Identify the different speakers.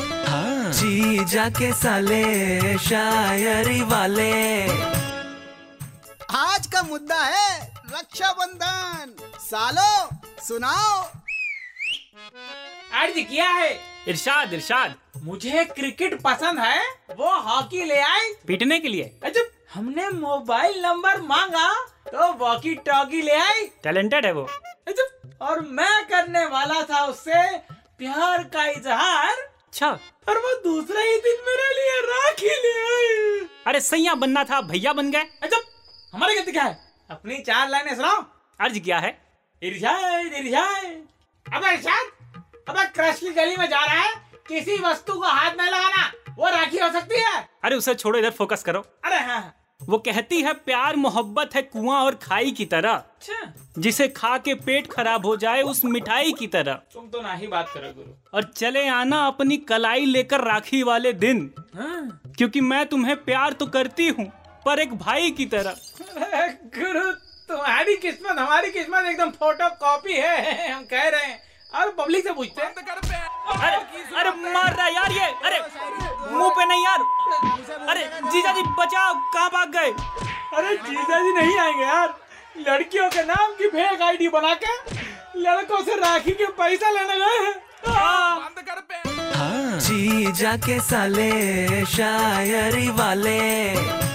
Speaker 1: हाँ।
Speaker 2: जी जाके साले शायरी वाले
Speaker 3: आज का मुद्दा है रक्षाबंधन सालो सुनाओ
Speaker 4: अर्ज किया है
Speaker 1: इरशाद इरशाद
Speaker 4: मुझे क्रिकेट पसंद है वो हॉकी ले आए
Speaker 1: पीटने के लिए
Speaker 4: अजब हमने मोबाइल नंबर मांगा तो वॉकी टॉकी ले आए
Speaker 1: टैलेंटेड है वो
Speaker 4: अजब और मैं करने वाला था उससे प्यार का इजहार
Speaker 1: अच्छा
Speaker 4: और वो दूसरे ही दिन मेरे लिए राखी ले आए
Speaker 1: अरे सैया बनना था भैया बन गए
Speaker 4: अजब हमारे गलती क्या है अपनी चार लाइनें सुनाओ
Speaker 1: अर्ज किया है
Speaker 4: इरशाद इरशाद अबे इरशाद अबे क्रश की गली में जा रहा है किसी वस्तु को हाथ नहीं लगाना वो राखी हो सकती है
Speaker 1: अरे उसे छोड़ो इधर फोकस करो
Speaker 4: अरे हाँ हाँ।
Speaker 1: वो कहती है प्यार मोहब्बत है कुआं और खाई की तरह
Speaker 4: अच्छा
Speaker 1: जिसे खा के पेट खराब हो जाए उस मिठाई की तरह
Speaker 4: तुम तो ना ही बात करो गुरु
Speaker 1: और चले आना अपनी कलाई लेकर राखी वाले दिन
Speaker 4: हाँ।
Speaker 1: क्योंकि मैं तुम्हें प्यार तो करती हूँ पर एक भाई की तरह
Speaker 4: अरे गुरु तुम्हारी किस्मत हमारी किस्मत एकदम फोटो कॉपी है हम कह रहे हैं और पब्लिक से पूछते हैं
Speaker 1: अरे अरे मार रहा है यार ये अरे मुंह पे नहीं यार अरे जीजा जी बचाओ कहाँ भाग गए
Speaker 4: अरे जीजा जी नहीं आएंगे यार लड़कियों के नाम की फेक आईडी बना के लड़कों से राखी के पैसा लेने गए हैं। आ,
Speaker 2: जी जाके साले शायरी वाले